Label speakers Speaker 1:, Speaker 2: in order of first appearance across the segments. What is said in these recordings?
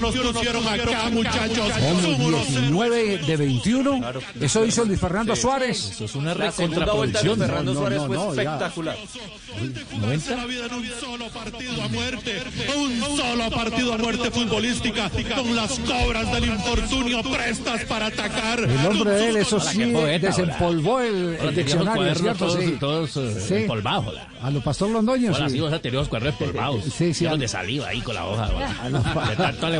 Speaker 1: Nos conocieron acá, muchachos.
Speaker 2: Hombre,
Speaker 1: Somos los
Speaker 2: 19 de 21. Eso hizo Luis Fernando Suárez. Eso es una
Speaker 3: La segunda vuelta de Fernando Suárez fue espectacular.
Speaker 1: Jugadores de la vida en un solo partido a muerte, un solo partido a muerte futbolística, con las cobras del infortunio prestas para atacar.
Speaker 2: El hombre de él, eso sí,
Speaker 4: poeta,
Speaker 2: desempolvó el, el diccionario,
Speaker 4: cuadernos
Speaker 2: ¿cierto?
Speaker 4: todos,
Speaker 2: Sí.
Speaker 4: todos eh,
Speaker 2: Sí.
Speaker 4: empolvados. hola.
Speaker 2: A los pastor Londoños.
Speaker 4: Hola, sí, vos anteriores cuadernos empolvados.
Speaker 2: Eh, Sí, sí,
Speaker 4: Llenos
Speaker 2: al- Ah,
Speaker 4: de saliva ahí con la hoja. hola.
Speaker 2: A los pa-
Speaker 4: De tanto le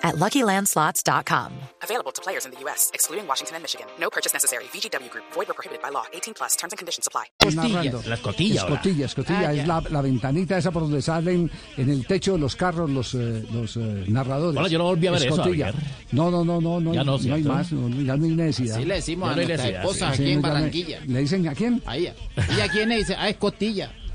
Speaker 5: at luckylandslots.com.
Speaker 6: Available to players in the U.S., excluding Washington and Michigan. No purchase necessary. VGW Group, void were prohibited by law. 18 plus terms and conditions apply.
Speaker 2: narrando.
Speaker 4: Costillas, las cotillas,
Speaker 2: Es
Speaker 4: hola.
Speaker 2: cotillas, cotillas.
Speaker 4: Ah,
Speaker 2: es la, la ventanita esa por donde salen en el techo de los carros los, eh, los eh, narradores.
Speaker 4: Hola, yo no volví a ver
Speaker 2: Es
Speaker 4: eso,
Speaker 2: cotilla.
Speaker 4: Javier.
Speaker 2: No, no, no, no, no,
Speaker 4: Ya
Speaker 2: hay-
Speaker 4: no,
Speaker 2: no hay
Speaker 4: ¿cierto?
Speaker 2: más, no, ya no hay necesidad.
Speaker 7: Así le decimos
Speaker 4: Ya
Speaker 7: a
Speaker 4: no hay
Speaker 7: nuestra
Speaker 4: necesidad,
Speaker 7: esposa
Speaker 2: Sí,
Speaker 7: aquí en
Speaker 2: no, ya me-
Speaker 7: Barranquilla.
Speaker 2: ¿Le dicen a quién?
Speaker 7: A ella. ¿Y a quién le dice? Ah, es cotilla.